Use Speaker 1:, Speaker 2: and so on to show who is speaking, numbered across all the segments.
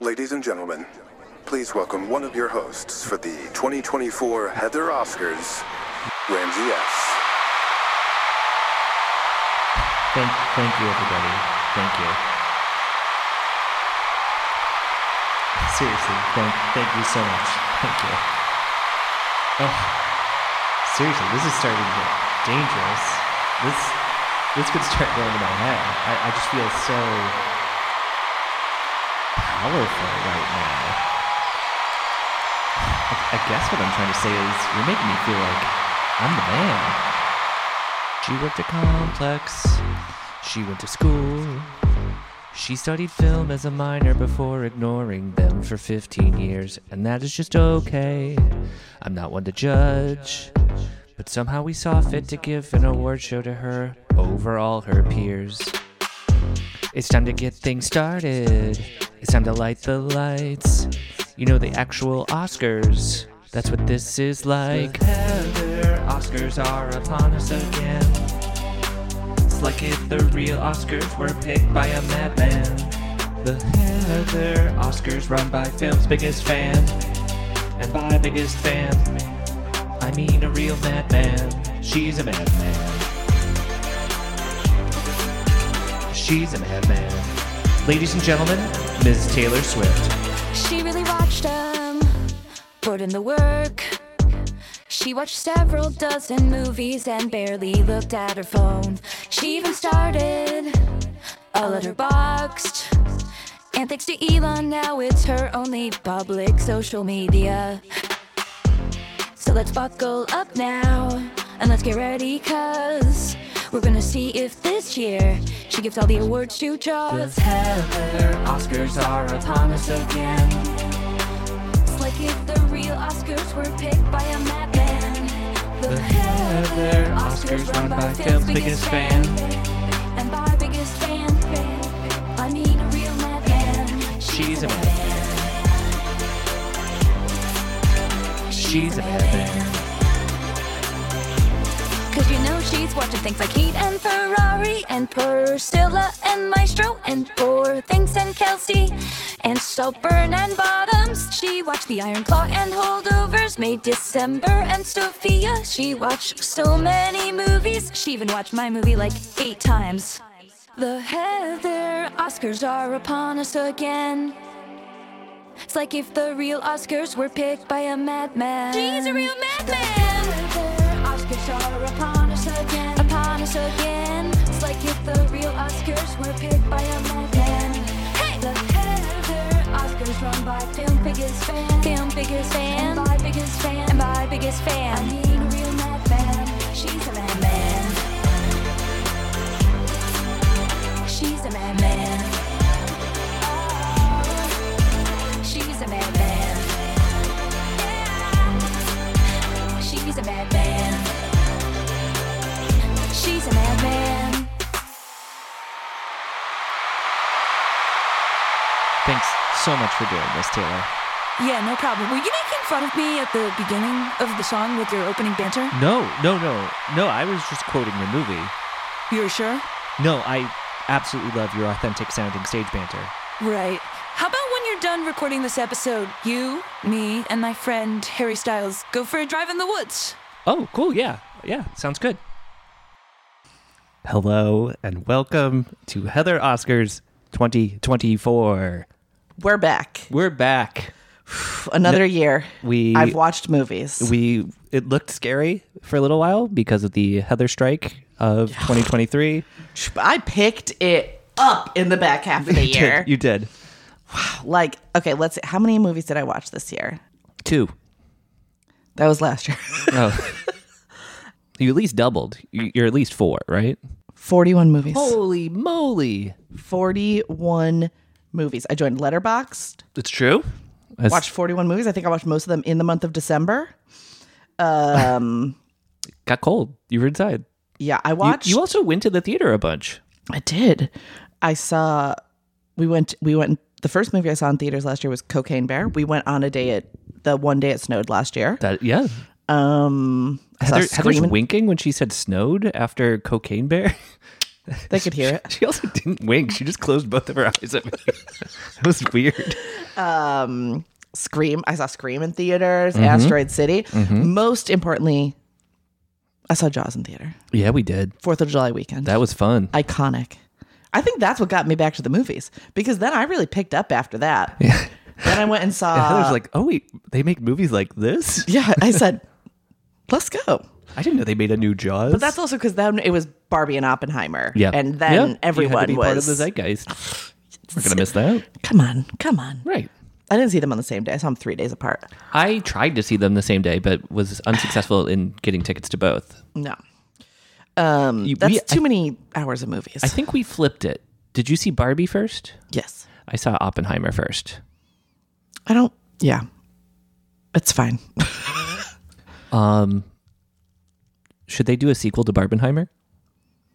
Speaker 1: Ladies and gentlemen, please welcome one of your hosts for the 2024 Heather Oscars, Ramsey S.
Speaker 2: Thank, thank you, everybody. Thank you. Seriously, thank, thank you so much. Thank you. Oh, seriously, this is starting to get dangerous. This, this could start going to my head. I, I just feel so powerful right now. I, I guess what I'm trying to say is you're making me feel like I'm the man. She worked at Complex. She went to school. She studied film as a minor before ignoring them for 15 years, and that is just okay. I'm not one to judge, but somehow we saw fit to give an award show to her over all her peers. It's time to get things started. It's time to light the lights. You know, the actual Oscars. That's what this is like. Heather, Oscars are upon us again. It's like if the real Oscars were picked by a madman. The Heather Oscars run by film's biggest fan. And by biggest fan, I mean a real madman. She's a madman. She's a madman. Ladies and gentlemen, Ms. Taylor Swift.
Speaker 3: She really watched them, put in the work. She watched several dozen movies and barely looked at her phone. She even started a letterboxed. And thanks to Elon, now it's her only public social media. So let's buckle up now and let's get ready, cuz we're gonna see if this year she gives all the awards to Jaws.
Speaker 2: Heather, Oscars are upon us again.
Speaker 3: It's like if the real Oscars were picked by a madman. The Heather
Speaker 2: Oscars run by film's biggest fan.
Speaker 3: And by biggest fan, I mean a real madman.
Speaker 2: She's a madman. She's a madman.
Speaker 3: Cause you know she's watching things like Heat and Ferrari and Priscilla and Maestro and Poor Things and Kelsey and Saltburn and Bottoms. She watched The Iron Claw and Holdovers, May December and Sophia. She watched so many movies. She even watched my movie like eight times. The Heather Oscars are upon us again. It's like if the real Oscars were picked by a madman. She's a real madman. Oscars are upon us again. Upon us again. It's like if the real Oscars were picked by a madman. Hey, the Heather Oscars run by film biggest fan. Film biggest fan. And by biggest fan. And by biggest fan. I mean a real madman. She's a madman. She's a madman. She's a bad man. Yeah. She's a bad man. She's a bad man.
Speaker 2: Thanks so much for doing this, Taylor.
Speaker 4: Yeah, no problem. Were you making fun of me at the beginning of the song with your opening banter?
Speaker 2: No, no, no, no. I was just quoting the movie.
Speaker 4: You're sure?
Speaker 2: No, I absolutely love your authentic sounding stage banter.
Speaker 4: Right. How about when you're done recording this episode, you, me, and my friend Harry Styles go for a drive in the woods?
Speaker 2: Oh, cool. Yeah, yeah. Sounds good.
Speaker 5: Hello and welcome to Heather Oscars 2024.
Speaker 6: We're back.
Speaker 2: We're back.
Speaker 6: Another year.
Speaker 5: We-
Speaker 6: I've watched movies.
Speaker 5: We it looked scary for a little while because of the Heather strike of 2023.
Speaker 6: I picked it up in the back half of the
Speaker 5: You did-
Speaker 6: year.
Speaker 5: you did
Speaker 6: like, okay, let's see. How many movies did I watch this year?
Speaker 5: two.
Speaker 6: That was last year.
Speaker 5: Oh, you at least doubled. You- You're at least four, right?
Speaker 6: 41 movies.
Speaker 5: Holy moly!
Speaker 6: 41 movies. I joined Letterboxd.
Speaker 5: It's true. That's,
Speaker 6: Watched 41 movies. I think I watched most of them in the month of December.
Speaker 5: got cold. You were inside.
Speaker 6: Yeah, I
Speaker 5: You,
Speaker 6: watched.
Speaker 5: you also went to the theater a bunch.
Speaker 6: I did. I saw. We went. We went. The first movie I saw in theaters last year was Cocaine Bear. We went on a day at the one day it snowed last year.
Speaker 5: That yeah.
Speaker 6: Um, I saw
Speaker 5: Heather, Heather's
Speaker 6: Scream.
Speaker 5: winking when she said snowed after Cocaine Bear.
Speaker 6: They could hear it.
Speaker 5: She also didn't wink. She just closed both of her eyes at me. It was weird.
Speaker 6: um, Scream. I saw Scream in theaters,
Speaker 2: Mm-hmm.
Speaker 6: Asteroid City. Most importantly, I saw Jaws in theater.
Speaker 2: Yeah, we did.
Speaker 6: Fourth of July weekend.
Speaker 2: That was fun.
Speaker 6: iconic. I think that's what got me back to the movies because then I really picked up after that. Then I went and saw.
Speaker 2: Heather's like, oh wait, they make movies like this.
Speaker 6: Uh, yeah, I said, let's go.
Speaker 2: I didn't know they made a new Jaws.
Speaker 6: But that's also because then it was Barbie and Oppenheimer.
Speaker 2: yeah,
Speaker 6: and then
Speaker 2: Yeah.
Speaker 6: everyone
Speaker 2: you had to be
Speaker 6: was
Speaker 2: part of the zeitgeist. We're gonna miss that,
Speaker 6: Come on, come on.
Speaker 2: right?
Speaker 6: I didn't see them on the same day. I saw them three days apart.
Speaker 2: I tried to see them the same day, but was unsuccessful in getting tickets to both.
Speaker 6: No, um,
Speaker 2: You-
Speaker 6: that's
Speaker 2: we-
Speaker 6: too many hours of movies.
Speaker 2: I think we flipped it. Did you see Barbie first?
Speaker 6: yes,
Speaker 2: I saw Oppenheimer first.
Speaker 6: I don't. Yeah, it's fine.
Speaker 2: Um, should they do a sequel to Barbenheimer?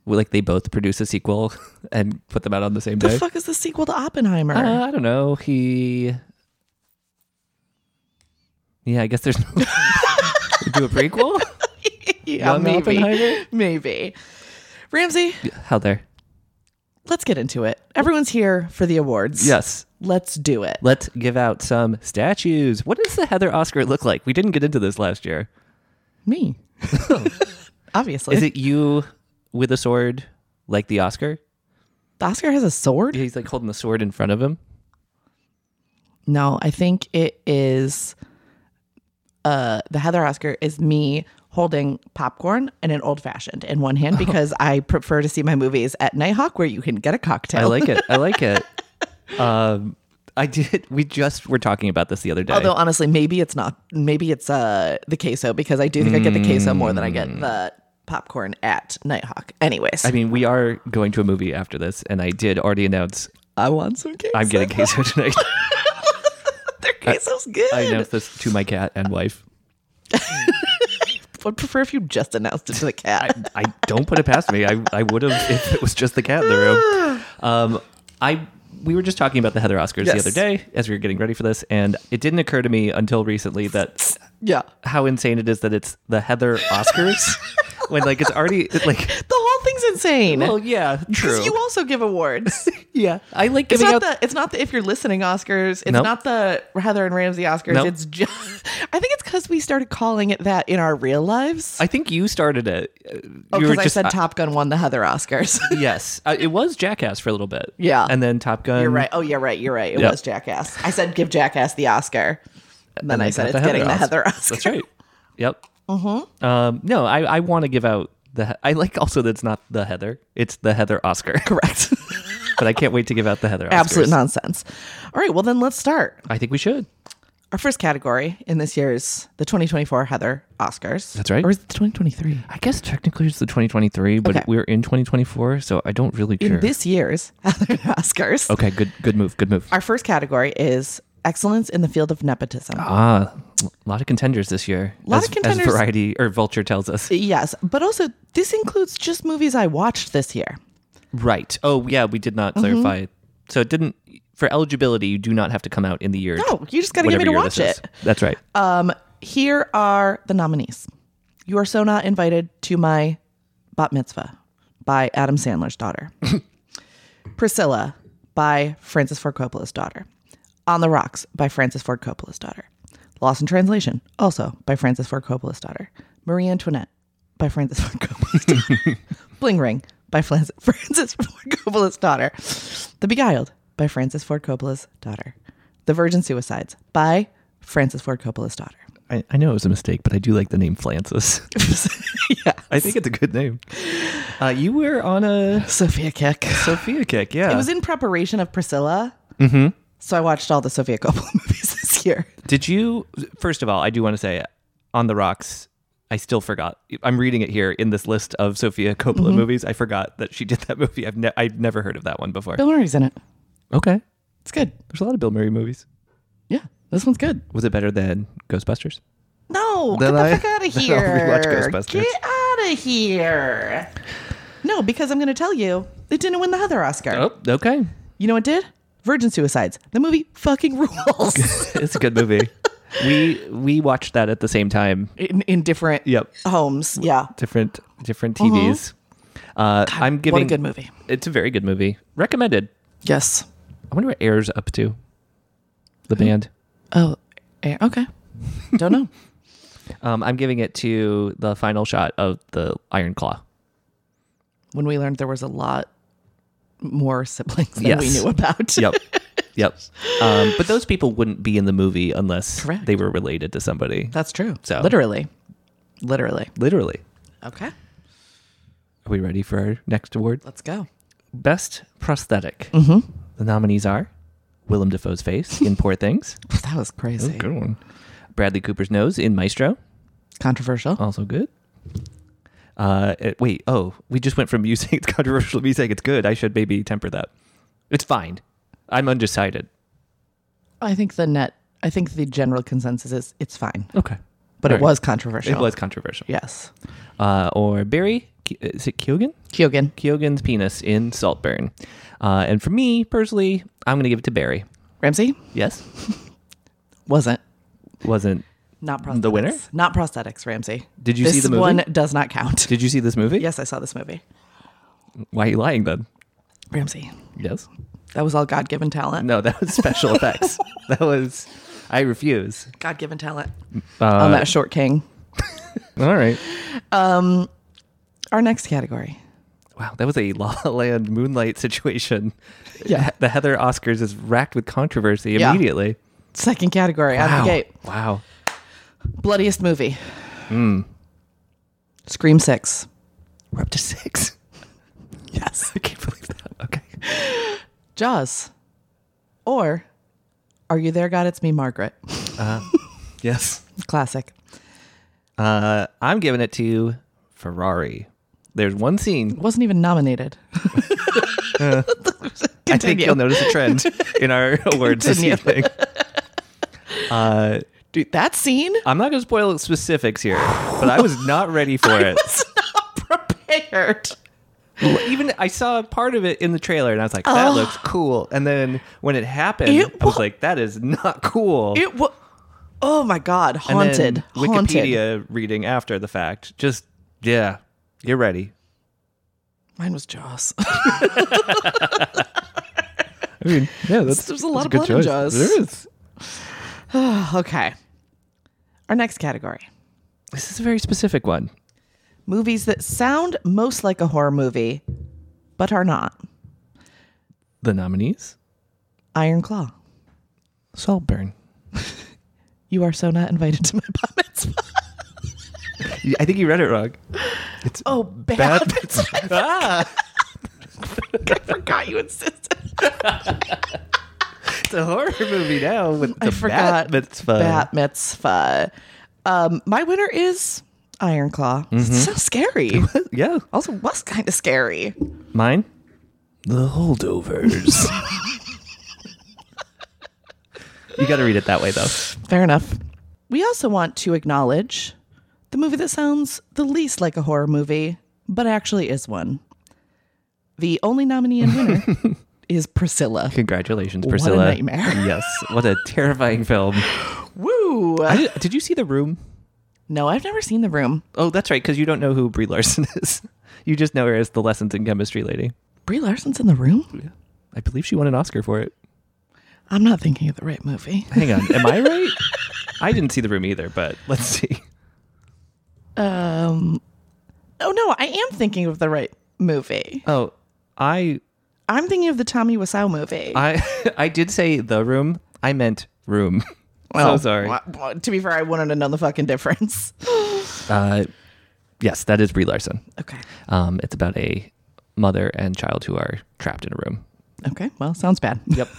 Speaker 2: Well, Like they both produce a sequel and put them out on the same
Speaker 6: the
Speaker 2: day.
Speaker 6: fuck is the sequel to Oppenheimer?
Speaker 2: Uh, I don't know. He. Yeah, I guess there's. No... do a prequel?
Speaker 6: yeah,
Speaker 2: Young Oppenheimer?
Speaker 6: maybe, maybe. Ramsey,
Speaker 2: How there?
Speaker 6: let's get into it. Everyone's here for the awards.
Speaker 2: Yes.
Speaker 6: Let's do it.
Speaker 2: Let's give out some statues. What does the Heather Oscar look like? We didn't get into this last year.
Speaker 6: Me. Obviously.
Speaker 2: Is it you with a sword like the Oscar?
Speaker 6: Oscar has a sword?
Speaker 2: Yeah, He's like holding the sword in front of him.
Speaker 6: No, I think it is uh the Heather Oscar is me holding popcorn and an old fashioned in one
Speaker 2: Oh.
Speaker 6: hand because I prefer to see my movies at Nighthawk where you can get a cocktail.
Speaker 2: I like it. I like it. Um, I did. We just were talking about this the other day.
Speaker 6: Although honestly, maybe it's not maybe it's uh the queso because I do think I get the queso more than I get the popcorn at Nighthawk. Anyways.
Speaker 2: Mm. I mean, we are going to a movie after this, and I did already announce
Speaker 6: I want some queso.
Speaker 2: I'm getting queso tonight.
Speaker 6: their queso's good.
Speaker 2: I announced this to my cat and wife.
Speaker 6: would prefer if you just announced it to the
Speaker 2: I,
Speaker 6: cat.
Speaker 2: I don't put it past me. I, I would have if it was just the cat in the room. Um, I we were just talking about the Heather Oscars the
Speaker 6: Yes.
Speaker 2: other day as we were getting ready for this, and it didn't occur to me until recently that
Speaker 6: yeah.
Speaker 2: how insane it is that it's the Heather Oscars when like it's already like
Speaker 6: The whole thing's insane.
Speaker 2: well yeah
Speaker 6: 'Cause
Speaker 2: true
Speaker 6: you also give awards.
Speaker 2: yeah I like
Speaker 6: It's
Speaker 2: giving
Speaker 6: not
Speaker 2: out
Speaker 6: the it's not the if you're listening Oscars. It's
Speaker 2: Nope.
Speaker 6: not the Heather and Ramsey Oscars.
Speaker 2: Nope.
Speaker 6: It's just I think it's because we started calling it that in our real lives.
Speaker 2: I think you started it you
Speaker 6: Oh,
Speaker 2: were
Speaker 6: because I
Speaker 2: just uh,
Speaker 6: said Top Gun won the Heather Oscars.
Speaker 2: yes uh, it was Jackass for a little bit
Speaker 6: Yeah.
Speaker 2: and then Top Gun
Speaker 6: you're right. Oh, you're right. You're right. It
Speaker 2: Yeah.
Speaker 6: was Jackass. I said give Jackass the Oscar. And then I said
Speaker 2: got
Speaker 6: it's
Speaker 2: the
Speaker 6: getting the
Speaker 2: Osc-
Speaker 6: Heather Oscar.
Speaker 2: That's right. Yep. Mm-hmm. Um, no, I, I want to give out the. He- I like also that it's not the Heather, it's the Heather Oscar.
Speaker 6: Correct.
Speaker 2: but I can't wait to give out the Heather. Oscars.
Speaker 6: Absolute nonsense. All right. Well, then let's start.
Speaker 2: I think we should.
Speaker 6: Our first category in this year's the 2024 Heather Oscars.
Speaker 2: That's right.
Speaker 6: Or is it the 2023?
Speaker 2: I guess technically it's the 2023, but
Speaker 6: Okay.
Speaker 2: we're in 2024, so I don't really care.
Speaker 6: In this year's Heather Oscars.
Speaker 2: okay, good, good move, good move.
Speaker 6: Our first category is excellence in the field of nepotism.
Speaker 2: Ah, a lot of contenders this year.
Speaker 6: Lot
Speaker 2: as,
Speaker 6: of contenders.
Speaker 2: As Variety or Vulture tells us.
Speaker 6: Yes, but also this includes just movies I watched this year.
Speaker 2: Right. Oh, yeah, we did not
Speaker 6: Mm-hmm.
Speaker 2: clarify. So it didn't. For eligibility, you do not have to come out in the year.
Speaker 6: No, you just gotta get me
Speaker 2: whatever
Speaker 6: to
Speaker 2: year
Speaker 6: watch
Speaker 2: this is.
Speaker 6: it.
Speaker 2: That's right.
Speaker 6: Um, here are the nominees. You are so not invited to my bat mitzvah by Adam Sandler's daughter. Priscilla by Francis Ford Coppola's daughter. On the Rocks by Francis Ford Coppola's daughter. Lost in Translation, also by Francis Ford Coppola's daughter. Marie Antoinette by Francis Ford Coppola's daughter. Bling Ring by Flan- Francis Ford Coppola's daughter. The Beguiled by Francis Ford Coppola's daughter. The Virgin Suicides by Francis Ford Coppola's daughter.
Speaker 2: I, I know it was a mistake, but I do like the name Francis.
Speaker 6: yeah.
Speaker 2: I think it's a good name. Uh, you were on a
Speaker 6: Sophia Kick.
Speaker 2: Sophia kick, yeah.
Speaker 6: It was in preparation of Priscilla. Mm-hmm. So I watched all the Sophia Coppola movies this year.
Speaker 2: Did you? First of all, I do want to say, on the rocks. I still forgot. I'm reading it here in this list of Sophia Coppola movies. I forgot that she did that movie. I've ne- I'd never heard of that one before.
Speaker 6: Bill Murray's in it.
Speaker 2: Okay,
Speaker 6: It's good.
Speaker 2: there's a lot of Bill Murray movies.
Speaker 6: Yeah. This one's good.
Speaker 2: Was it better than Ghostbusters?
Speaker 6: No,
Speaker 2: Then
Speaker 6: get
Speaker 2: I-
Speaker 6: the fuck out of
Speaker 2: then I'll
Speaker 6: here.
Speaker 2: rewatch Ghostbusters.
Speaker 6: Get out of here. No, because I'm going to tell you, it didn't win the Heather Oscar.
Speaker 2: Oh, okay.
Speaker 6: You know what did? Virgin Suicides. The movie fucking rules
Speaker 2: It's a good movie. we we watched that at the same time.
Speaker 6: in, in different
Speaker 2: Yep.
Speaker 6: homes. Yeah.
Speaker 2: Different different TVs. Uh, I'm giving
Speaker 6: good movie.
Speaker 2: It's a very good movie. Recommended.
Speaker 6: Yes.
Speaker 2: I wonder what Air's up to. the band.
Speaker 6: Oh, eh, okay. Don't know.
Speaker 2: Um, I'm giving it to the final shot of the Iron Claw.
Speaker 6: when we learned there was a lot more siblings than we
Speaker 2: Yes.
Speaker 6: knew about.
Speaker 2: Yep. yep. Um, but those people wouldn't be in the movie unless
Speaker 6: Correct.
Speaker 2: they were related to somebody.
Speaker 6: That's true.
Speaker 2: So-
Speaker 6: literally, literally.
Speaker 2: Literally.
Speaker 6: Okay,
Speaker 2: Are we ready for our next award?
Speaker 6: let's go.
Speaker 2: Best prosthetic. Mm-hmm. The nominees are Willem Dafoe's face in Poor Things.
Speaker 6: That was crazy.
Speaker 2: one. Bradley Cooper's nose in Maestro.
Speaker 6: Controversial.
Speaker 2: Also good. Uh, it- wait, oh, we just went from you saying it's controversial to me saying it's good. I should maybe temper that. It's fine. I'm undecided.
Speaker 6: I think the net. I think the general consensus is it's fine,
Speaker 2: Okay.
Speaker 6: but
Speaker 2: All
Speaker 6: it
Speaker 2: right.
Speaker 6: was controversial.
Speaker 2: It was controversial.
Speaker 6: Yes,
Speaker 2: Uh, or Barry, Ke- is it Keoghan?
Speaker 6: Kyogen.
Speaker 2: Keoghan's penis in Saltburn. Uh, and for me personally, I'm going to give it to Barry.
Speaker 6: Ramsey
Speaker 2: Yes?
Speaker 6: wasn't.
Speaker 2: Wasn't.
Speaker 6: Not prosthetics.
Speaker 2: The winner?
Speaker 6: Not prosthetics, Ramsey.
Speaker 2: Did you
Speaker 6: this
Speaker 2: see the movie?
Speaker 6: one does not count.
Speaker 2: Did you see this movie?
Speaker 6: yes, I saw this movie.
Speaker 2: Why are you lying then?
Speaker 6: Ramsey.
Speaker 2: Yes.
Speaker 6: That was all God given talent.
Speaker 2: No, that was special effects. That was. I refuse.
Speaker 6: God given talent.
Speaker 2: Uh,
Speaker 6: on that short king.
Speaker 2: all right.
Speaker 6: Our next category.
Speaker 2: Wow, that was a La La Land Moonlight situation.
Speaker 6: Yeah.
Speaker 2: The Heather Oscars is racked with controversy
Speaker 6: Yeah.
Speaker 2: immediately.
Speaker 6: Second category out of the gate.
Speaker 2: Wow.
Speaker 6: Bloodiest movie. Hmm. Scream Six.
Speaker 2: We're up to six.
Speaker 6: Yes.
Speaker 2: I can't believe that. Okay.
Speaker 6: Jaws. Or Are You There, God? It's Me, Margaret.
Speaker 2: Yes.
Speaker 6: Classic.
Speaker 2: Uh, I'm giving it to Ferrari. There's one scene.
Speaker 6: Wasn't even nominated.
Speaker 2: I think
Speaker 6: Continue.
Speaker 2: you'll notice a trend in our awards this
Speaker 6: Continue.
Speaker 2: evening. Uh,
Speaker 6: Dude, that scene
Speaker 2: I'm not going to spoil specifics here, but I was not ready for it.
Speaker 6: was not prepared.
Speaker 2: Even I saw part of it in the trailer, and I was like, "That looks cool." And then when it happened,
Speaker 6: Oh. It
Speaker 2: I was
Speaker 6: wa-
Speaker 2: like, "That is not cool."
Speaker 6: It was. Oh my God.
Speaker 2: and then
Speaker 6: Haunted. Haunted.
Speaker 2: Wikipedia reading after the fact, just yeah, you're ready.
Speaker 6: Mine was Jaws.
Speaker 2: I mean, yeah, that's
Speaker 6: There's a lot that's a of good blood in choice. Jaws. There
Speaker 2: is.
Speaker 6: okay. Our next category.
Speaker 2: This is a very specific one.
Speaker 6: Movies that sound most like a horror movie, but are not.
Speaker 2: The nominees:
Speaker 6: Iron Claw.
Speaker 2: Saltburn.
Speaker 6: You are so not invited to my bat mitzvah.
Speaker 2: I think you read it wrong. It's
Speaker 6: Oh, bat,
Speaker 2: bad.
Speaker 6: mitzvah.
Speaker 2: ah,
Speaker 6: I forgot you insisted.
Speaker 2: it's a horror movie now with the
Speaker 6: I
Speaker 2: bat
Speaker 6: forgot.
Speaker 2: mitzvah.
Speaker 6: Bat mitzvah. Um, my winner is Iron Claw. So scary.
Speaker 2: Yeah,
Speaker 6: also, was kind of scary.
Speaker 2: mine. The holdovers. you got to read it that way though.
Speaker 6: Fair enough. We also want to acknowledge the movie that sounds the least like a horror movie, but actually is one. The only nominee and winner is Priscilla.
Speaker 2: Congratulations,
Speaker 6: What a
Speaker 2: Priscilla.
Speaker 6: nightmare.
Speaker 2: yes, what a terrifying film.
Speaker 6: Woo!
Speaker 2: I did, did you see The Room?
Speaker 6: No, I've never seen The Room.
Speaker 2: Oh, that's right, because you don't know who Brie Larson is. You just know her as the lessons in chemistry lady.
Speaker 6: Brie Larson's in The Room?
Speaker 2: I believe she won an Oscar for it.
Speaker 6: I'm not thinking of the right movie.
Speaker 2: Hang on, am I right? I didn't see The Room either, but let's see.
Speaker 6: Um, oh no, I am thinking of the right movie.
Speaker 2: Oh, I,
Speaker 6: I'm thinking of the Tommy Wiseau movie.
Speaker 2: I, I did say The Room. I meant Room.
Speaker 6: Well,
Speaker 2: so sorry.
Speaker 6: wa- wa- to be fair, I wanted to know the fucking difference.
Speaker 2: Uh, yes, that is Brie Larson.
Speaker 6: Okay.
Speaker 2: Um, it's about a mother and child who are trapped in a room.
Speaker 6: Okay. Well, sounds bad.
Speaker 2: Yep.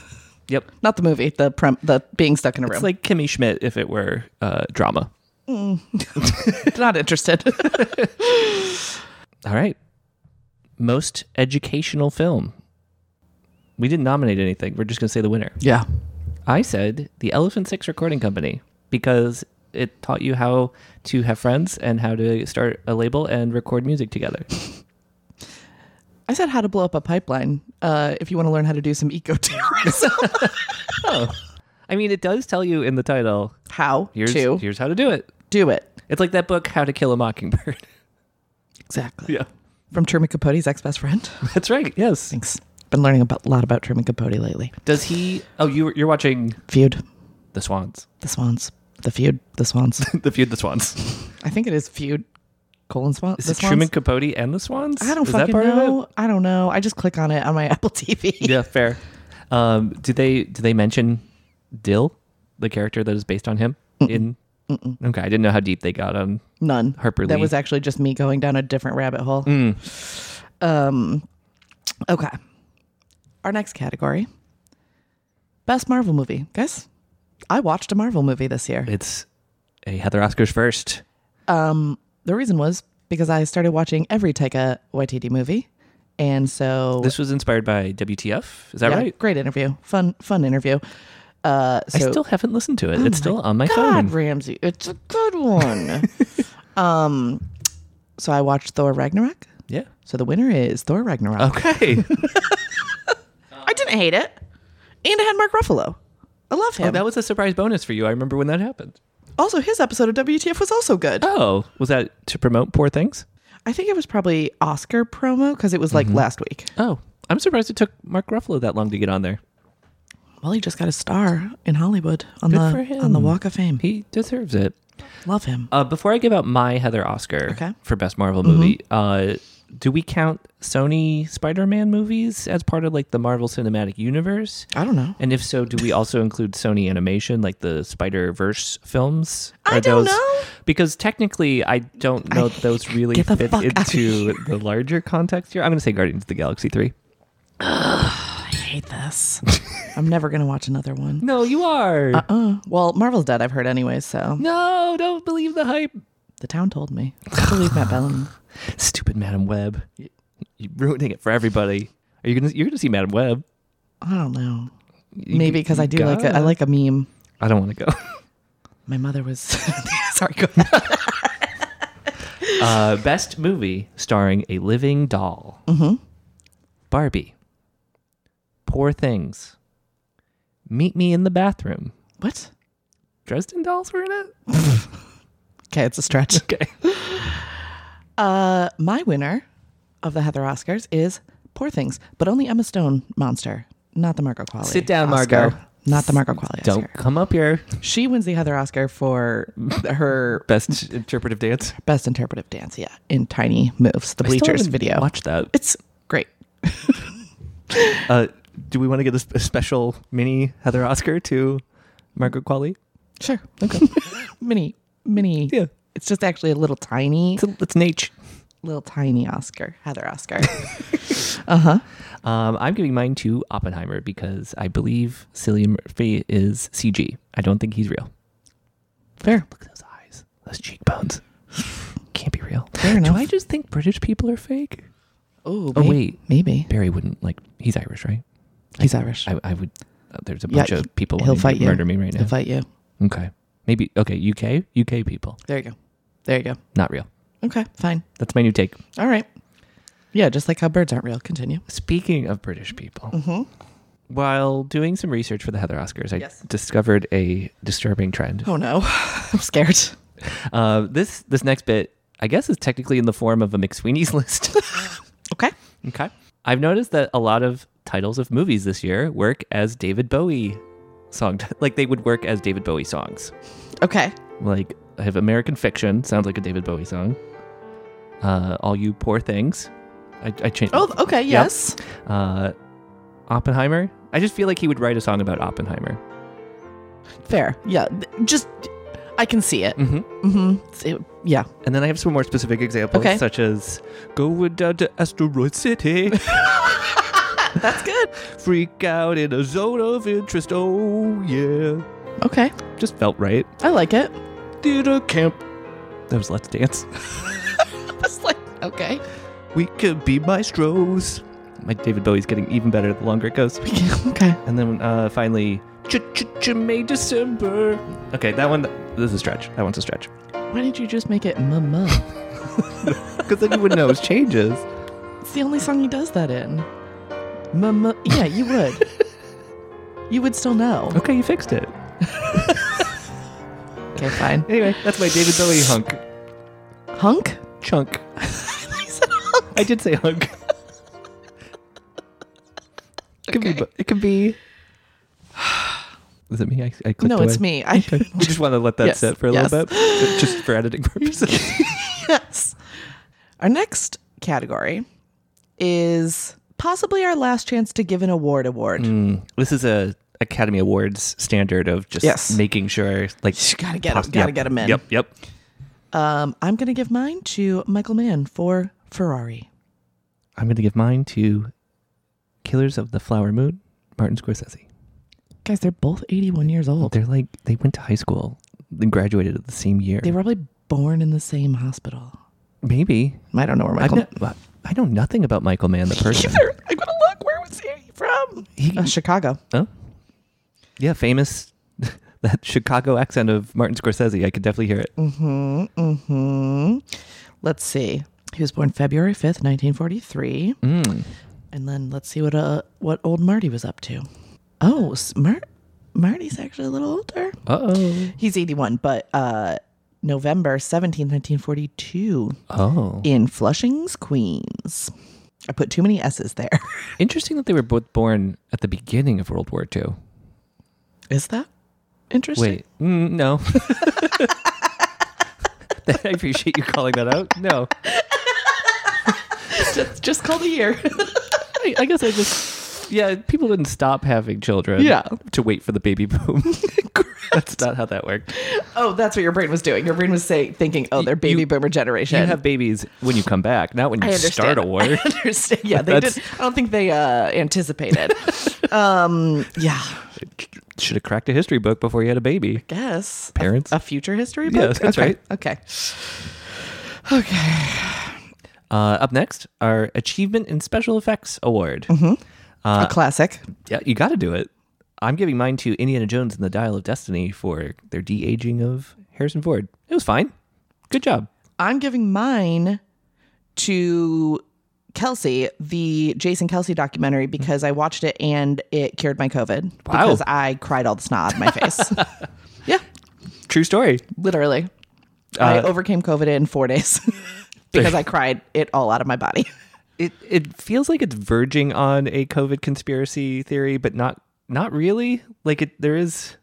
Speaker 2: Yep.
Speaker 6: Not the movie. The prem- the being stuck in a room.
Speaker 2: It's like Kimmy Schmidt if it were uh, drama.
Speaker 6: not interested.
Speaker 2: All right. Most educational film. We didn't nominate anything. We're just going to say the winner.
Speaker 6: yeah.
Speaker 2: I said the Elephant Six Recording Company because it taught you how to have friends and how to start a label and record music together.
Speaker 6: I said how to blow up a pipeline. Uh, if you want to learn how to do some eco terrorism,
Speaker 2: I mean, it does tell you in the title
Speaker 6: how
Speaker 2: here's,
Speaker 6: to
Speaker 2: here's how to do it.
Speaker 6: do it
Speaker 2: It's like that book, How to Kill a Mockingbird.
Speaker 6: exactly from Truman Capote's ex best friend.
Speaker 2: That's right. Yes.
Speaker 6: Thanks. Been learning about, a lot about Truman Capote lately.
Speaker 2: Does he? Oh, you, you're watching
Speaker 6: Feud.
Speaker 2: The Swans.
Speaker 6: The Swans. The feud. The Swans.
Speaker 2: the feud. The Swans.
Speaker 6: I think it is feud. Colon Swans.
Speaker 2: Is
Speaker 6: the
Speaker 2: it
Speaker 6: Swans?
Speaker 2: Truman Capote and the Swans?
Speaker 6: I don't
Speaker 2: Is
Speaker 6: fucking
Speaker 2: that part
Speaker 6: know.
Speaker 2: Of it?
Speaker 6: I don't know. I just click on it on my Apple TV.
Speaker 2: Yeah, fair. Um, do they do they mention Dill, the character that is based on him? In okay, I didn't know how deep they got on.
Speaker 6: None.
Speaker 2: Harper
Speaker 6: That
Speaker 2: Lee. Mm.
Speaker 6: was actually just me going down a different rabbit hole. Um, okay. Our next category Best Marvel movie. Guys, I watched a Marvel movie this year.
Speaker 2: It's a Heather Oscars first.
Speaker 6: The reason was because I started watching every Taika Waititi movie. And so
Speaker 2: This was inspired by WTF. Is that
Speaker 6: Yeah,
Speaker 2: right?
Speaker 6: great interview. Fun, fun interview. Uh, so,
Speaker 2: I still haven't listened to it. it's still on Oh my
Speaker 6: God,
Speaker 2: phone.
Speaker 6: Ramsey, it's a good one. um, so I watched Thor Ragnarok.
Speaker 2: Yeah.
Speaker 6: So the winner is Thor Ragnarok.
Speaker 2: Okay.
Speaker 6: I didn't hate it, and I had Mark Ruffalo. I love him.
Speaker 2: oh, that was a surprise bonus for you. I remember when that happened.
Speaker 6: also, his episode of WTF was also good.
Speaker 2: Oh, was that to promote Poor Things?
Speaker 6: I think it was probably Oscar promo because it was like last week.
Speaker 2: Oh, I'm surprised it took Mark Ruffalo that long to get on there.
Speaker 6: Well, he just got a star in Hollywood on
Speaker 2: Good
Speaker 6: the
Speaker 2: for him.
Speaker 6: on the Walk of Fame.
Speaker 2: He deserves it.
Speaker 6: love him.
Speaker 2: Uh, before I give out my Heather Oscar
Speaker 6: Okay. Mm-hmm.
Speaker 2: for Best Marvel Movie, uh, do we count Sony Spider-Man movies as part of like the Marvel Cinematic Universe?
Speaker 6: I don't know.
Speaker 2: And if so, do we also include Sony Animation, like the Spider Verse films?
Speaker 6: I don't know.
Speaker 2: Because technically, I don't know if those really
Speaker 6: get the
Speaker 2: fit
Speaker 6: fuck outta
Speaker 2: into the larger context here. I'm going to say Guardians of the Galaxy three.
Speaker 6: I hate this. I'm never gonna watch another one.
Speaker 2: No, you are.
Speaker 6: Uh, well, Marvel's dead. I've heard anyway. So
Speaker 2: no, don't believe the hype.
Speaker 6: the town told me. I believe Matt Bellamy.
Speaker 2: Stupid Madam Web. You- You're ruining it for everybody. Are you going to? You're going to see Madam Web?
Speaker 6: I don't know.
Speaker 2: You-
Speaker 6: Maybe because I
Speaker 2: you
Speaker 6: do like a, I
Speaker 2: gotta-
Speaker 6: like a meme.
Speaker 2: I don't want to go.
Speaker 6: My mother was sorry. Go ahead.
Speaker 2: Uh, best movie starring a living doll. Mm-hmm. Barbie. Poor Things. Meet Me in the Bathroom.
Speaker 6: What?
Speaker 2: Dresden Dolls were in it?
Speaker 6: Okay, it's a stretch.
Speaker 2: Okay.
Speaker 6: Uh, my winner of the Heather Oscars is Poor Things, but only Emma Stone monster, not the Margot Qualley.
Speaker 2: Sit down,
Speaker 6: Oscar.
Speaker 2: Margot.
Speaker 6: Not the Margot Qualley.
Speaker 2: Don't
Speaker 6: Oscar.
Speaker 2: come up here.
Speaker 6: She wins the Heather Oscar for her
Speaker 2: Best interpretive dance.
Speaker 6: best interpretive dance. Yeah, in Tiny Moves, the Bleachers video.
Speaker 2: Watch that.
Speaker 6: It's great.
Speaker 2: Uh, do we want to get a, sp- a special mini Heather Oscar to Margaret Qualley?
Speaker 6: Sure. Okay. mini, mini.
Speaker 2: Yeah.
Speaker 6: It's just actually a little tiny,
Speaker 2: It's, a, it's an H.
Speaker 6: little tiny Oscar, Heather Oscar. Uh-huh.
Speaker 2: Um, I'm giving mine to Oppenheimer because I believe Cillian Murphy is CG. I don't think he's real.
Speaker 6: Fair.
Speaker 2: Look at those eyes, those cheekbones. Can't be real.
Speaker 6: Fair
Speaker 2: Do
Speaker 6: enough.
Speaker 2: I just think British people are fake?
Speaker 6: Oh,
Speaker 2: Oh,
Speaker 6: may-
Speaker 2: wait.
Speaker 6: maybe
Speaker 2: Barry wouldn't like. He's Irish, right?
Speaker 6: he's Irish.
Speaker 2: I, I would. Uh, there's a
Speaker 6: Yeah,
Speaker 2: bunch of people.
Speaker 6: He'll
Speaker 2: wanting to
Speaker 6: fight you.
Speaker 2: Murder me right now.
Speaker 6: He'll fight you.
Speaker 2: Okay. Maybe. Okay. UK. UK people.
Speaker 6: There you go. There you go.
Speaker 2: Not real.
Speaker 6: Okay, fine.
Speaker 2: That's my new take.
Speaker 6: All right. Yeah, just like how birds aren't real. Continue.
Speaker 2: Speaking of British people, while doing some research for the Heather Oscars, I
Speaker 6: Mm-hmm. Yes.
Speaker 2: discovered a disturbing trend.
Speaker 6: Oh no, I'm scared.
Speaker 2: Uh, this this next bit, I guess, is technically in the form of a McSweeney's list.
Speaker 6: Okay.
Speaker 2: Okay. I've noticed that a lot of titles of movies this year work as David Bowie song. Like they would work as David Bowie songs.
Speaker 6: Okay.
Speaker 2: Like I have American Fiction, sounds like a David Bowie song. Uh, All You Poor Things. I, I changed.
Speaker 6: Oh, okay. Yes.
Speaker 2: Uh, Oppenheimer. I just feel like he would write a song about Oppenheimer.
Speaker 6: Fair. Yeah. th- Just, I can see it.
Speaker 2: Mm-hmm.
Speaker 6: Mm-hmm. It- yeah.
Speaker 2: And then I have some more specific examples,
Speaker 6: Okay.
Speaker 2: such as Go down to Asteroid City,
Speaker 6: That's good.
Speaker 2: freak out in a zone of interest. Oh, yeah.
Speaker 6: Okay.
Speaker 2: Just felt right.
Speaker 6: I like it.
Speaker 2: theater camp. That was Let's Dance.
Speaker 6: It's like okay.
Speaker 2: We could be maestros. My David Bowie's getting even better the longer it goes.
Speaker 6: okay.
Speaker 2: And then uh, finally, May December. Okay, that one, this is a stretch. That one's a stretch.
Speaker 6: Why did you just make it m-m? mama?
Speaker 2: Because then you would know it changes.
Speaker 6: It's the only song he does that in. Mama. Yeah, you would. you would still know.
Speaker 2: Okay, you fixed it.
Speaker 6: Okay. Fine.
Speaker 2: Anyway, that's my David Bowie hunk.
Speaker 6: Hunk.
Speaker 2: Chunk.
Speaker 6: I said hunk.
Speaker 2: I did say hunk. It could, be, bu- it could be Is it me? I, I clicked
Speaker 6: No, it's
Speaker 2: away.
Speaker 6: me. I
Speaker 2: We just want to let that
Speaker 6: Yes,
Speaker 2: sit for a little
Speaker 6: yes.
Speaker 2: bit, just for editing purposes.
Speaker 6: yes. Our next category is possibly our last chance to give an award award.
Speaker 2: this is a Academy Awards standard of just
Speaker 6: Yes.
Speaker 2: making sure, like,
Speaker 6: You gotta get 'em- gotta
Speaker 2: yep,
Speaker 6: get 'em in.
Speaker 2: Yep, yep.
Speaker 6: Um, I'm going to give mine to Michael Mann for Ferrari.
Speaker 2: I'm going to give mine to Killers of the Flower Moon, Martin Scorsese.
Speaker 6: Guys, they're both 81 years old.
Speaker 2: They're like they went to high school and graduated the same year.
Speaker 6: They were probably born in the same hospital.
Speaker 2: Maybe
Speaker 6: I don't know where
Speaker 2: I've
Speaker 6: Michael.
Speaker 2: ne- I know nothing about Michael Mann, the person.
Speaker 6: Either. I'm gonna look. Where was he from?
Speaker 2: He-
Speaker 6: Uh, Chicago.
Speaker 2: Oh, yeah, famous. that Chicago accent of Martin Scorsese, I could definitely hear it.
Speaker 6: hmm Let's see. He was born February 5th, 1943.
Speaker 2: Mm.
Speaker 6: And then let's see what uh, what old Marty was up to. Oh, smart. Marty's actually a little older.
Speaker 2: Uh-oh.
Speaker 6: He's 81, but uh, November 17th, 1942
Speaker 2: Oh.
Speaker 6: in Flushing's, Queens. I put too many S's there.
Speaker 2: Interesting that they were both born at the beginning of World War II.
Speaker 6: Is that interesting?
Speaker 2: Wait, mm, no. I appreciate you calling that out. No,
Speaker 6: Just, just call the year.
Speaker 2: I, I guess I just yeah. People didn't stop having children.
Speaker 6: Yeah.
Speaker 2: to wait for the baby boom. That's not how that worked.
Speaker 6: oh, that's what your brain was doing. Your brain was saying, thinking, oh, they're baby
Speaker 2: you-
Speaker 6: boomer generation.
Speaker 2: You have babies when you come back, not when
Speaker 6: I
Speaker 2: you
Speaker 6: understand.
Speaker 2: start a war.
Speaker 6: I understand. Yeah, they
Speaker 2: That's-
Speaker 6: did. I don't think they uh, anticipated. um, yeah,
Speaker 2: Should have cracked a history book before you had a baby.
Speaker 6: guess A-
Speaker 2: Parents?
Speaker 6: a, future history. Book?
Speaker 2: Yes, that's
Speaker 6: okay.
Speaker 2: right.
Speaker 6: Okay,
Speaker 2: Uh, up next, our Achievement in Special Effects Award.
Speaker 6: Mm-hmm.
Speaker 2: Uh,
Speaker 6: a classic.
Speaker 2: Yeah, you got to do it. I'm giving mine to Indiana Jones and the Dial of Destiny for their de aging of Harrison Ford. It was fine. Good job.
Speaker 6: I'm giving mine to Kelsey, the Jason Kelsey documentary, because I watched it and it cured my COVID.
Speaker 2: Mm-hmm. Wow.
Speaker 6: Because I cried all the snot in my face. yeah,
Speaker 2: True story.
Speaker 6: literally.
Speaker 2: Uh,
Speaker 6: I overcame COVID in four days because I cried it all out of my body.
Speaker 2: It it feels like it's verging on a COVID conspiracy theory, but not not really. Like it, there is.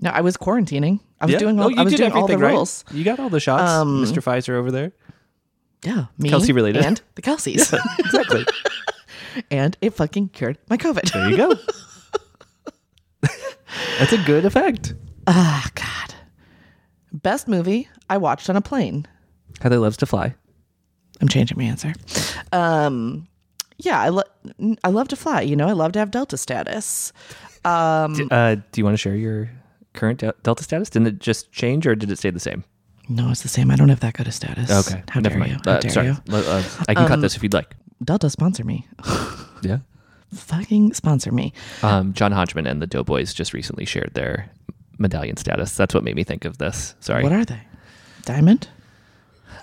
Speaker 6: No, I was quarantining. I was
Speaker 2: Yeah.
Speaker 6: doing all,
Speaker 2: Oh, you
Speaker 6: I was
Speaker 2: did
Speaker 6: doing all the
Speaker 2: everything, right?
Speaker 6: rules.
Speaker 2: You got all the shots,
Speaker 6: Um,
Speaker 2: Mr. Pfizer over there.
Speaker 6: Yeah, me
Speaker 2: Kelsey related.
Speaker 6: and the Kelseys,
Speaker 2: Exactly.
Speaker 6: and it fucking cured my COVID.
Speaker 2: there you go. That's a good effect.
Speaker 6: Ah, God. Best movie I watched on a plane.
Speaker 2: Heather loves to fly.
Speaker 6: I'm changing my answer. Um, yeah, I love I love to fly. You know, I love to have Delta status.
Speaker 2: D- uh, do you want to share your current del- Delta status? Didn't it just change, or did it stay the same?
Speaker 6: No, it's the same. I don't have that good a status.
Speaker 2: Okay,
Speaker 6: how
Speaker 2: never
Speaker 6: dare
Speaker 2: mind.
Speaker 6: you? How
Speaker 2: Uh,
Speaker 6: dare
Speaker 2: sorry,
Speaker 6: you?
Speaker 2: Let- uh, I can cut this if you'd like.
Speaker 6: Delta sponsor me.
Speaker 2: Yeah.
Speaker 6: fucking sponsor me.
Speaker 2: Um, John Hodgman and the Doughboys just recently shared their medallion status. That's what made me think of this. Sorry.
Speaker 6: What are they? Diamond.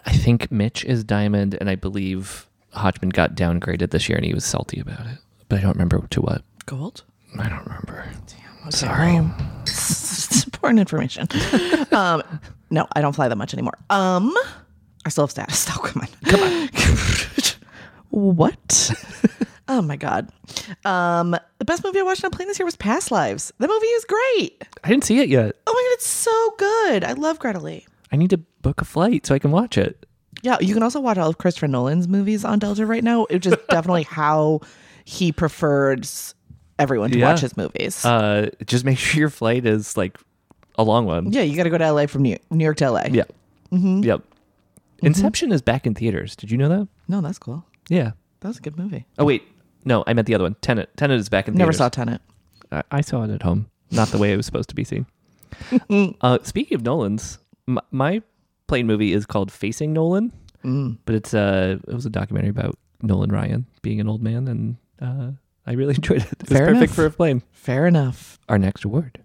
Speaker 2: I think Mitch is diamond, and I believe Hodgman got downgraded this year, and he was salty about it. But I don't remember to what.
Speaker 6: Gold.
Speaker 2: I don't remember.
Speaker 6: Sorry. Um, important information. um, no, I don't fly that much anymore. Um, I still have status. though. come on. Come on. what? oh my god. Um, the best movie I watched on a plane this year was Past Lives. That movie is great.
Speaker 2: I didn't see it yet.
Speaker 6: Oh my god, it's so good. I love Greta Lee.
Speaker 2: I need to book a flight so I can watch it.
Speaker 6: Yeah, you can also watch all of Christopher Nolan's movies on Delta right now, which is definitely how he prefers everyone to
Speaker 2: Yeah.
Speaker 6: watch his movies.
Speaker 2: Uh, just make sure your flight is like a long one.
Speaker 6: yeah, you got to go to LA from New New York to LA.
Speaker 2: Yeah. Yep. Inception is back in theaters. Did you know that?
Speaker 6: No, that's cool.
Speaker 2: Yeah.
Speaker 6: That was a good movie.
Speaker 2: Oh wait, no, I meant the other one. Tenant. Tenant is back in
Speaker 6: Never
Speaker 2: theaters.
Speaker 6: saw Tenet.
Speaker 2: I, I saw it at home, not the way it was supposed to be seen. uh, speaking of Nolan's, my, my plane movie is called Facing Nolan, but it's uh, it was a documentary about Nolan Ryan being an old man, and uh, I really enjoyed it. It was
Speaker 6: Fair
Speaker 2: perfect
Speaker 6: enough.
Speaker 2: for a plane.
Speaker 6: Fair enough.
Speaker 2: Our next award.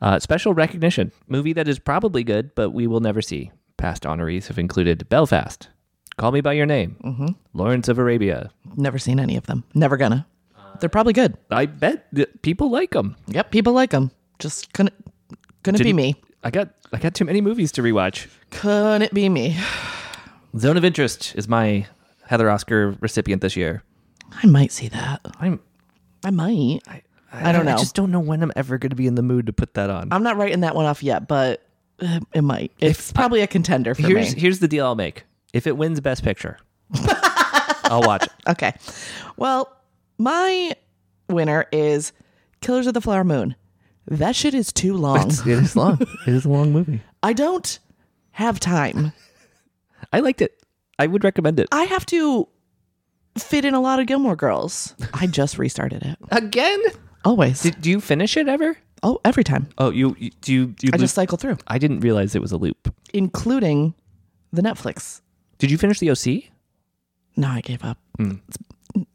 Speaker 2: Uh, special recognition movie that is probably good, but we will never see. Past honorees have included Belfast, Call Me by Your Name, Lawrence of Arabia,
Speaker 6: Never seen any of them. Never gonna. They're probably good.
Speaker 2: I bet that people like them.
Speaker 6: Yep, people like them. Just couldn't couldn't be me.
Speaker 2: I got I got too many movies to rewatch.
Speaker 6: Couldn't be me.
Speaker 2: Zone of Interest is my Heather Oscar recipient this year.
Speaker 6: I might see that.
Speaker 2: I'm
Speaker 6: I might.
Speaker 2: I,
Speaker 6: I don't know.
Speaker 2: I just don't know when I'm ever going to be in the mood to put that on.
Speaker 6: I'm not writing that one off yet, but uh, it might. It's probably a contender for
Speaker 2: here's
Speaker 6: me.
Speaker 2: here's the deal I'll make. If it wins Best Picture, I'll watch it.
Speaker 6: Okay. Well, my winner is Killers of the Flower Moon. That shit is too long.
Speaker 2: It is long. it is a long movie.
Speaker 6: I don't have time.
Speaker 2: I liked it. I would recommend it.
Speaker 6: I have to fit in a lot of Gilmore Girls. I just restarted it.
Speaker 2: Again?
Speaker 6: Always.
Speaker 2: Did, do you finish it ever?
Speaker 6: oh, every time.
Speaker 2: Oh, you, you do you, you
Speaker 6: I
Speaker 2: loo-
Speaker 6: just cycle through,
Speaker 2: I didn't realize it was a loop.
Speaker 6: including the Netflix.
Speaker 2: Did you finish the OC?
Speaker 6: No, I gave up.
Speaker 2: Hmm.
Speaker 6: It's-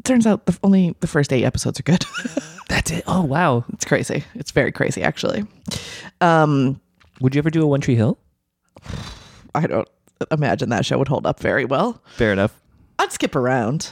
Speaker 6: Turns out the, only the first eight episodes are good.
Speaker 2: That's it. Oh wow.
Speaker 6: it's crazy. It's very crazy, actually. Um,
Speaker 2: Would you ever do a One Tree Hill?
Speaker 6: I don't imagine that show would hold up very well.
Speaker 2: Fair enough.
Speaker 6: I'd skip around.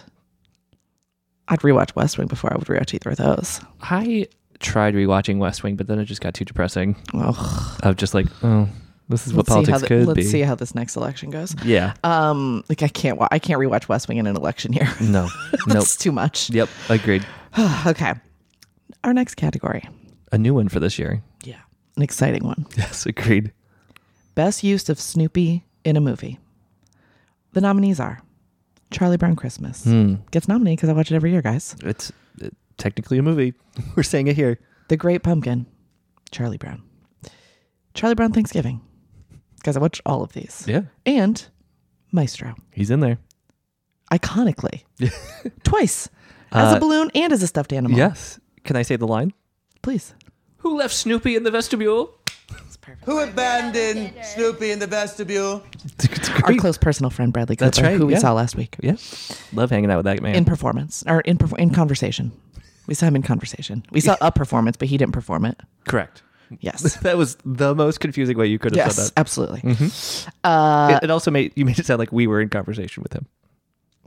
Speaker 6: I'd rewatch West Wing before I would rewatch either of those.
Speaker 2: I tried rewatching West Wing, but then it just got too depressing.
Speaker 6: Ugh.
Speaker 2: I was just like, oh, this is what
Speaker 6: Let's see how
Speaker 2: politics
Speaker 6: the-
Speaker 2: could
Speaker 6: let's
Speaker 2: be.
Speaker 6: see how this next election goes.
Speaker 2: Yeah.
Speaker 6: Um, like I can't, wa- I can't rewatch West Wing in an election year.
Speaker 2: no. nope.
Speaker 6: That's too much. Ah,
Speaker 2: Yep. Agreed.
Speaker 6: okay. Our next category.
Speaker 2: A new one for this year.
Speaker 6: Yeah. An exciting one.
Speaker 2: Yes. Agreed.
Speaker 6: Best use of Snoopy in a movie. The nominees are Charlie Brown Christmas.
Speaker 2: Hmm.
Speaker 6: Gets nominated because I watch it every year, guys.
Speaker 2: It's uh, technically a movie. We're saying it here.
Speaker 6: The Great Pumpkin, Charlie Brown. Charlie Brown Thanksgiving. Guys, I watch all of these.
Speaker 2: Yeah.
Speaker 6: And Maestro.
Speaker 2: He's in there.
Speaker 6: Iconically. Twice. As
Speaker 2: Uh,
Speaker 6: a balloon and as a stuffed animal.
Speaker 2: Yes. Can I say the line?
Speaker 6: Please.
Speaker 2: Who left Snoopy in the vestibule?
Speaker 7: Who abandoned Snoopy in the vestibule?
Speaker 2: It's
Speaker 6: Our
Speaker 2: great.
Speaker 6: close personal friend Bradley Cooper,
Speaker 2: That's right,
Speaker 6: who we
Speaker 2: yeah.
Speaker 6: saw last week.
Speaker 2: Yeah. Love hanging out with that man.
Speaker 6: in performance or in perf- in conversation. We saw him in conversation. We saw a performance, but he didn't perform it.
Speaker 2: Correct.
Speaker 6: Yes.
Speaker 2: That was the most confusing way you could have
Speaker 6: Yes,
Speaker 2: said that. Mm-hmm.
Speaker 6: absolutely. Uh,
Speaker 2: it, it also made you made it sound like we were in conversation with him.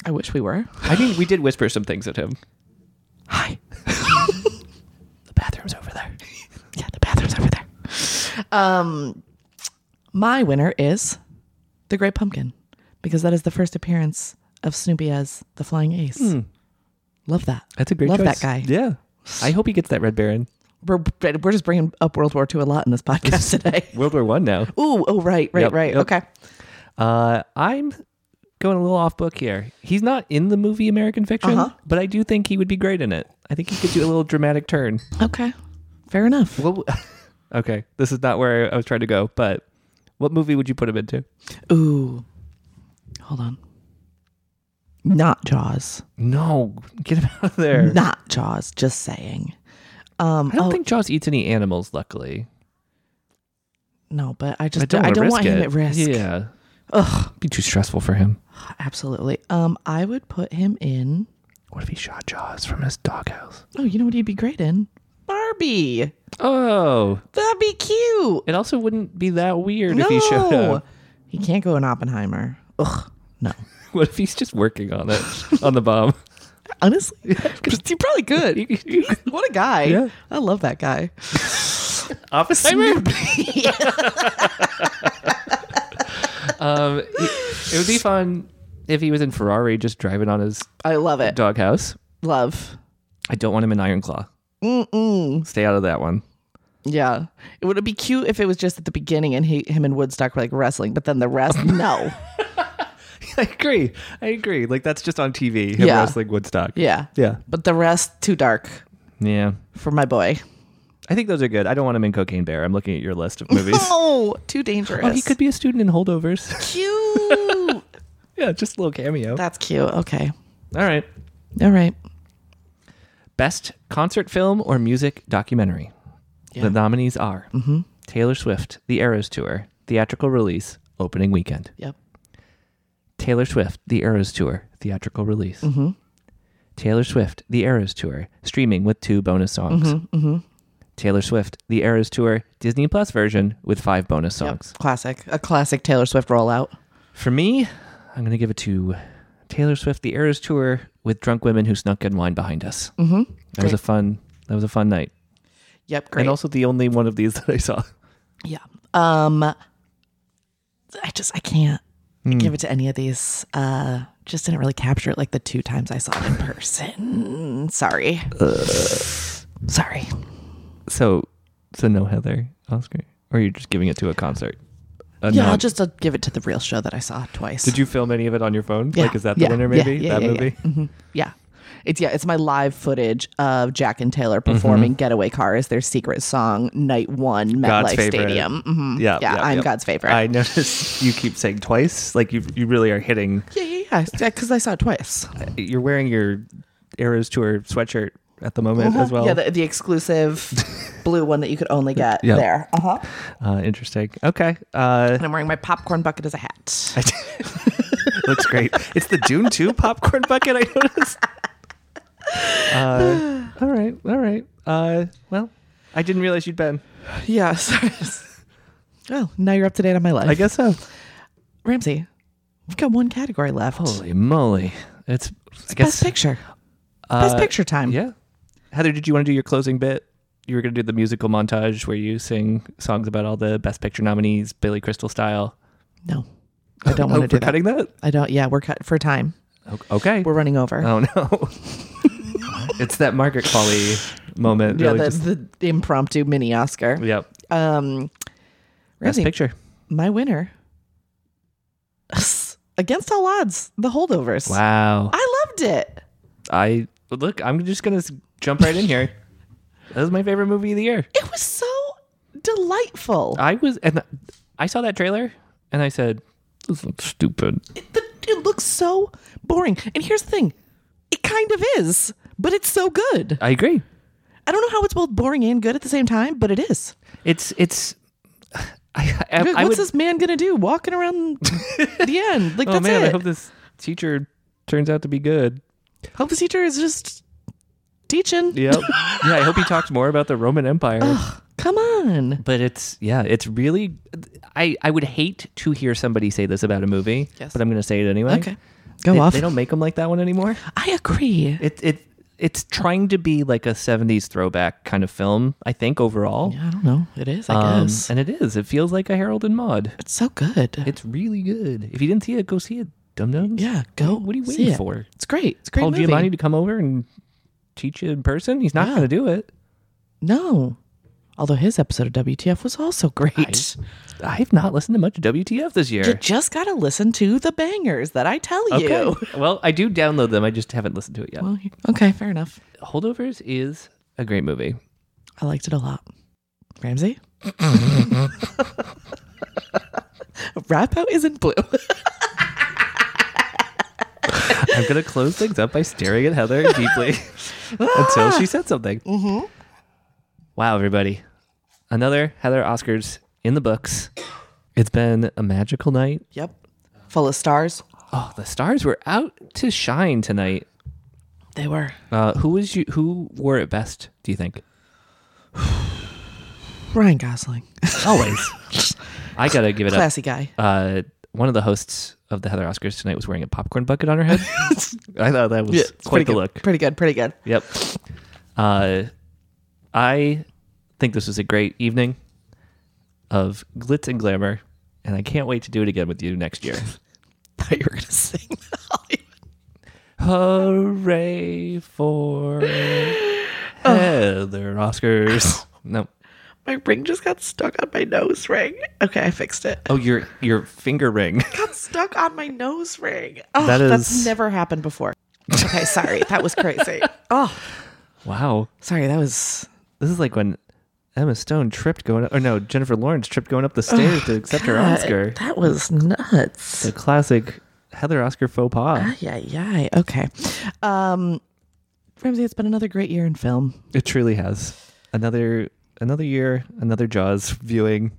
Speaker 6: I wish we were.
Speaker 2: I mean, we did whisper some things at him.
Speaker 6: Hi.
Speaker 2: The bathroom's over there.
Speaker 6: Yeah, the bathroom's over there. Um, my winner is the Great Pumpkin because that is the first appearance of Snoopy as the Flying Ace. Love that.
Speaker 2: Hmm. That's a great
Speaker 6: Love
Speaker 2: choice.
Speaker 6: that guy.
Speaker 2: Yeah. I hope he gets that Red Baron.
Speaker 6: We're we're just bringing up World War II a lot in this podcast today.
Speaker 2: World War One now.
Speaker 6: Ooh, oh right, right,
Speaker 2: Yep,
Speaker 6: right.
Speaker 2: yep.
Speaker 6: Okay.
Speaker 2: Uh, I'm going a little off book here. He's not in the movie American Fiction,
Speaker 6: Uh-huh.
Speaker 2: but I do think he would be great in it. I think he could do a little dramatic turn.
Speaker 6: Okay. Fair enough.
Speaker 2: Well, okay, this is not where I was trying to go, but what movie would you put him into?
Speaker 6: Ooh. Hold on. Not Jaws.
Speaker 2: No, get him out of there.
Speaker 6: Not Jaws, just saying. Um
Speaker 2: I don't
Speaker 6: oh,
Speaker 2: think Jaws eats any animals, luckily.
Speaker 6: no, but I just
Speaker 2: I don't,
Speaker 6: I
Speaker 2: wanna
Speaker 6: don't
Speaker 2: risk
Speaker 6: want him
Speaker 2: it.
Speaker 6: at risk.
Speaker 2: Yeah. Ugh. Be too stressful for him.
Speaker 6: Absolutely. Um I would put him in
Speaker 2: What if he shot Jaws from his doghouse?
Speaker 6: Oh, you know what he'd be great in? Barbie.
Speaker 2: Oh.
Speaker 6: That'd be cute.
Speaker 2: It also wouldn't be that weird if he showed
Speaker 6: No.
Speaker 2: up.
Speaker 6: He can't go in Oppenheimer. Ugh. No.
Speaker 2: What if he's just working on it, on the bomb?
Speaker 6: Honestly. he probably could. What a guy.
Speaker 2: Yeah.
Speaker 6: I love that guy.
Speaker 2: Oppenheimer? um, it, it would be fun if he was in Ferrari just driving on his
Speaker 6: I love it.
Speaker 2: doghouse.
Speaker 6: Love.
Speaker 2: I don't want him in Ironclaw. Mm-mm. Stay out of that one.
Speaker 6: Yeah. It would be cute if it was just at the beginning and he, him and Woodstock were like wrestling, but then the rest, no.
Speaker 2: I agree. I agree. Like, that's just on TV. Him
Speaker 6: Yeah.
Speaker 2: wrestling Woodstock.
Speaker 6: Yeah.
Speaker 2: Yeah.
Speaker 6: But the rest, too dark
Speaker 2: Yeah.
Speaker 6: for my boy.
Speaker 2: I think those are good. I don't want him in Cocaine Bear. I'm looking at your list of movies.
Speaker 6: Oh, too dangerous.
Speaker 2: Oh, he could be a student in Holdovers.
Speaker 6: cute.
Speaker 2: yeah, just a little cameo.
Speaker 6: That's cute. Okay.
Speaker 2: All right.
Speaker 6: All right.
Speaker 2: Best concert film or music documentary. The nominees are Taylor Swift, The Eras Tour, theatrical release, opening weekend.
Speaker 6: Yep.
Speaker 2: Taylor Swift, The Eras Tour, theatrical release. Taylor Swift, The Eras Tour, streaming with two bonus songs. Taylor Swift, The Eras Tour, Disney Plus version with five bonus
Speaker 6: Yep.
Speaker 2: songs.
Speaker 6: Classic. A classic Taylor Swift rollout.
Speaker 2: For me, I'm going to give it to Taylor Swift, the Eras Tour with drunk women who snuck in wine behind us. Mm-hmm. That was a fun. That was a fun night,
Speaker 6: Yep. Great.
Speaker 2: and also the only one of these that I saw.
Speaker 6: yeah. Um, I just, I can't give it to any of these. Uh, just didn't really capture it like the two times I saw it in person. Sorry. Sorry.
Speaker 2: So, so no Heather Oscar, or you're just giving it to a concert? A
Speaker 6: Yeah, I'll
Speaker 2: non-
Speaker 6: just uh, give it to the real show that I saw twice.
Speaker 2: Did you film any of it on your phone?
Speaker 6: Yeah,
Speaker 2: Like, is that the
Speaker 6: yeah,
Speaker 2: winner?
Speaker 6: yeah,
Speaker 2: Maybe
Speaker 6: yeah,
Speaker 2: that
Speaker 6: yeah,
Speaker 2: movie.
Speaker 6: Yeah. It's yeah, it's my live footage of Jack and Taylor performing "Getaway Car" as their secret song, night one,
Speaker 2: Mm-hmm. God's
Speaker 6: MetLife
Speaker 2: favorite.
Speaker 6: Stadium. Mhm.
Speaker 2: Yeah,
Speaker 6: yeah, I'm
Speaker 2: yeah.
Speaker 6: God's favorite.
Speaker 2: I noticed you keep saying twice. Like you, you really are hitting.
Speaker 6: yeah, yeah, yeah, because I saw it twice.
Speaker 2: You're wearing your Eras tour sweatshirt at the moment as well.
Speaker 6: Uh-huh. Yeah, the, the exclusive blue one that you could only get
Speaker 2: Yeah.
Speaker 6: there. Uh huh.
Speaker 2: uh, interesting. Okay, uh,
Speaker 6: And I'm wearing my popcorn bucket as a hat.
Speaker 2: looks great. It's the Dune Two popcorn bucket. I noticed. Uh, all right, all right. Uh, well, I didn't realize you'd been.
Speaker 6: yes. well, Oh, now you're up to date on my life.
Speaker 2: I guess so.
Speaker 6: Ramsey, we've got one category left.
Speaker 2: Holy moly! It's, I guess uh,
Speaker 6: Best picture. Best picture time.
Speaker 2: Yeah. Heather, did you want to do your closing bit? You were going to do the musical montage where you sing songs about all the Best Picture nominees, Billy Crystal style.
Speaker 6: No, I don't
Speaker 2: oh,
Speaker 6: want to do
Speaker 2: we're
Speaker 6: that.
Speaker 2: cutting that.
Speaker 6: I don't. Yeah, we're cut for time.
Speaker 2: O- Okay.
Speaker 6: We're running over.
Speaker 2: oh no. it's that Margaret Qualley moment.
Speaker 6: yeah,
Speaker 2: really
Speaker 6: the,
Speaker 2: just-
Speaker 6: the impromptu mini Oscar.
Speaker 2: yep.
Speaker 6: Um,
Speaker 2: Best
Speaker 6: Ramsey,
Speaker 2: Picture.
Speaker 6: my winner. Against all odds, the holdovers.
Speaker 2: Wow.
Speaker 6: I loved it.
Speaker 2: I look. I'm just going to jump right in here. That was my favorite movie of the year.
Speaker 6: It was so delightful.
Speaker 2: I was, and I saw that trailer, and I said, "This looks stupid."
Speaker 6: it, the, it looks so boring. And here's the thing it kind of is, but it's so good.
Speaker 2: I agree.
Speaker 6: I don't know how it's both boring and good at the same time, but it is.
Speaker 2: It's it's. I, I,
Speaker 6: Like,
Speaker 2: I
Speaker 6: what's
Speaker 2: would,
Speaker 6: this man gonna do walking around the end? Like,
Speaker 2: Oh
Speaker 6: that's
Speaker 2: man,
Speaker 6: it.
Speaker 2: I hope this teacher turns out to be good.
Speaker 6: hope the teacher is just teaching.
Speaker 2: Yep. yeah, I hope he talks more about the Roman Empire.
Speaker 6: Come on.
Speaker 2: But it's yeah, it's really I I would hate to hear somebody say this about a movie,
Speaker 6: Yes.
Speaker 2: but I'm going to say it anyway.
Speaker 6: Okay. Go
Speaker 2: they,
Speaker 6: off.
Speaker 2: They don't make them like that one anymore.
Speaker 6: I agree.
Speaker 2: It it it's trying to be like a 70s throwback kind of film, I think overall.
Speaker 6: I don't know. It is, I
Speaker 2: Um,
Speaker 6: guess.
Speaker 2: and it is. It feels like a Harold and Maude.
Speaker 6: it's so good.
Speaker 2: It's really good. If you didn't see it, go see it. Dum dums.
Speaker 6: yeah, go.
Speaker 2: What are you
Speaker 6: see
Speaker 2: waiting
Speaker 6: it.
Speaker 2: for?
Speaker 6: It's great. It's a great
Speaker 2: Paul
Speaker 6: movie.
Speaker 2: Giamatti to come over and teach you in person? He's not
Speaker 6: Yeah.
Speaker 2: going to do it.
Speaker 6: No. Although his episode of WTF was also great.
Speaker 2: I've not listened to much WTF this
Speaker 6: You
Speaker 2: year.
Speaker 6: just got to listen to the bangers that I tell you.
Speaker 2: Okay. well, I do download them. I just haven't listened to it yet.
Speaker 6: Well, you- okay, fair enough.
Speaker 2: Holdovers is a great movie.
Speaker 6: I liked it a lot. Ramsey? Rap out isn't blue.
Speaker 2: I'm going to close things up by staring at Heather deeply until
Speaker 6: Ah.
Speaker 2: she said something. Mm-hmm. Wow, everybody. Another Heather Oscars in the books. It's been a magical night.
Speaker 6: yep. Full of stars.
Speaker 2: Oh, the stars were out to shine tonight.
Speaker 6: They were.
Speaker 2: Uh, who was you? Who wore it best? Do you think?
Speaker 6: Ryan Gosling.
Speaker 2: Always. I gotta give it up.
Speaker 6: Classy guy.
Speaker 2: uh, one of the hosts of the Heather Oscars tonight was wearing a popcorn bucket on her head. I thought that was
Speaker 6: it's
Speaker 2: quite
Speaker 6: pretty
Speaker 2: the
Speaker 6: good.
Speaker 2: look.
Speaker 6: Pretty good. Pretty good.
Speaker 2: Yep. Uh, I think this was a great evening of glitz and glamour, and I can't wait to do it again with you next year.
Speaker 6: thought you were going to sing the Hollywood
Speaker 2: Hooray for Heather Oscars! No.
Speaker 6: My ring just got stuck on my nose ring. Okay, I fixed it.
Speaker 2: Oh, your your finger ring.
Speaker 6: Got stuck on my nose ring. Oh,
Speaker 2: That is-
Speaker 6: that's never happened before. Okay, sorry. That was crazy. Oh,
Speaker 2: Wow.
Speaker 6: sorry. That was
Speaker 2: This is like when Emma Stone tripped going up, or no, Jennifer Lawrence tripped going up the stairs to accept her Oscar.
Speaker 6: that was nuts.
Speaker 2: The classic Heather Oscar faux pas.
Speaker 6: Yeah, yeah. Okay. Um Ramsey, it's been another great year in film.
Speaker 2: It truly has. Another another year, another Jaws viewing.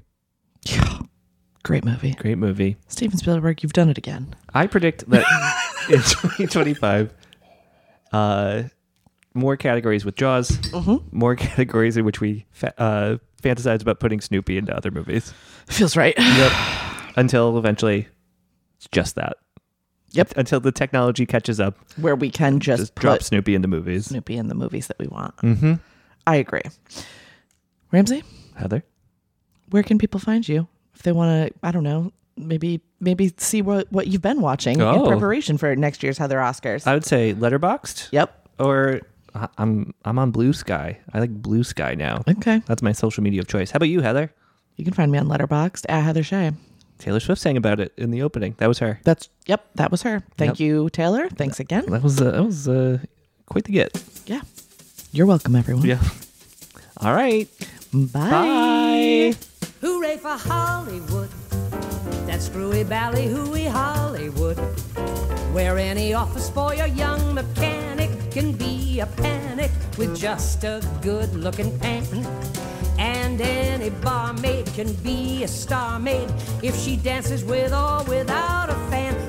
Speaker 6: Great movie.
Speaker 2: Great movie.
Speaker 6: Steven Spielberg, you've done it again.
Speaker 2: I predict that in 2025, uh, more categories with Jaws,
Speaker 6: Mm-hmm.
Speaker 2: more categories in which we fa- uh, fantasize about putting Snoopy into other movies.
Speaker 6: Feels right.
Speaker 2: Until eventually, it's just that.
Speaker 6: Yep.
Speaker 2: Until the technology catches up
Speaker 6: Where we can just,
Speaker 2: just
Speaker 6: put
Speaker 2: drop Snoopy into movies.
Speaker 6: Snoopy in the movies that we want. Mm-hmm. I agree. Ramsey?
Speaker 2: Heather,
Speaker 6: where can people find you if they want to i don't know maybe maybe see what what you've been watching
Speaker 2: Oh.
Speaker 6: in preparation for next year's heather oscars
Speaker 2: I would say Letterboxed
Speaker 6: yep
Speaker 2: or I, I'm I'm on Blue Sky. I like Blue Sky now.
Speaker 6: Okay.
Speaker 2: That's my social media of choice. How about you, Heather?
Speaker 6: You can find me on Letterboxd at Heather Shea.
Speaker 2: Taylor Swift sang about it in the opening. That was her.
Speaker 6: That's yep. That was her.
Speaker 2: Yep.
Speaker 6: Thank you, Taylor. Thanks again.
Speaker 2: That was uh, that was uh, quite the get.
Speaker 6: Yeah. You're welcome, everyone.
Speaker 2: Yeah. All right.
Speaker 6: Bye.
Speaker 8: Hooray for Hollywood. That screwy ballyhooey Hollywood. Where any office boy or young mechanic can be a panic with just a good looking pan. And any barmaid can be a star maid if she dances with or without a fan.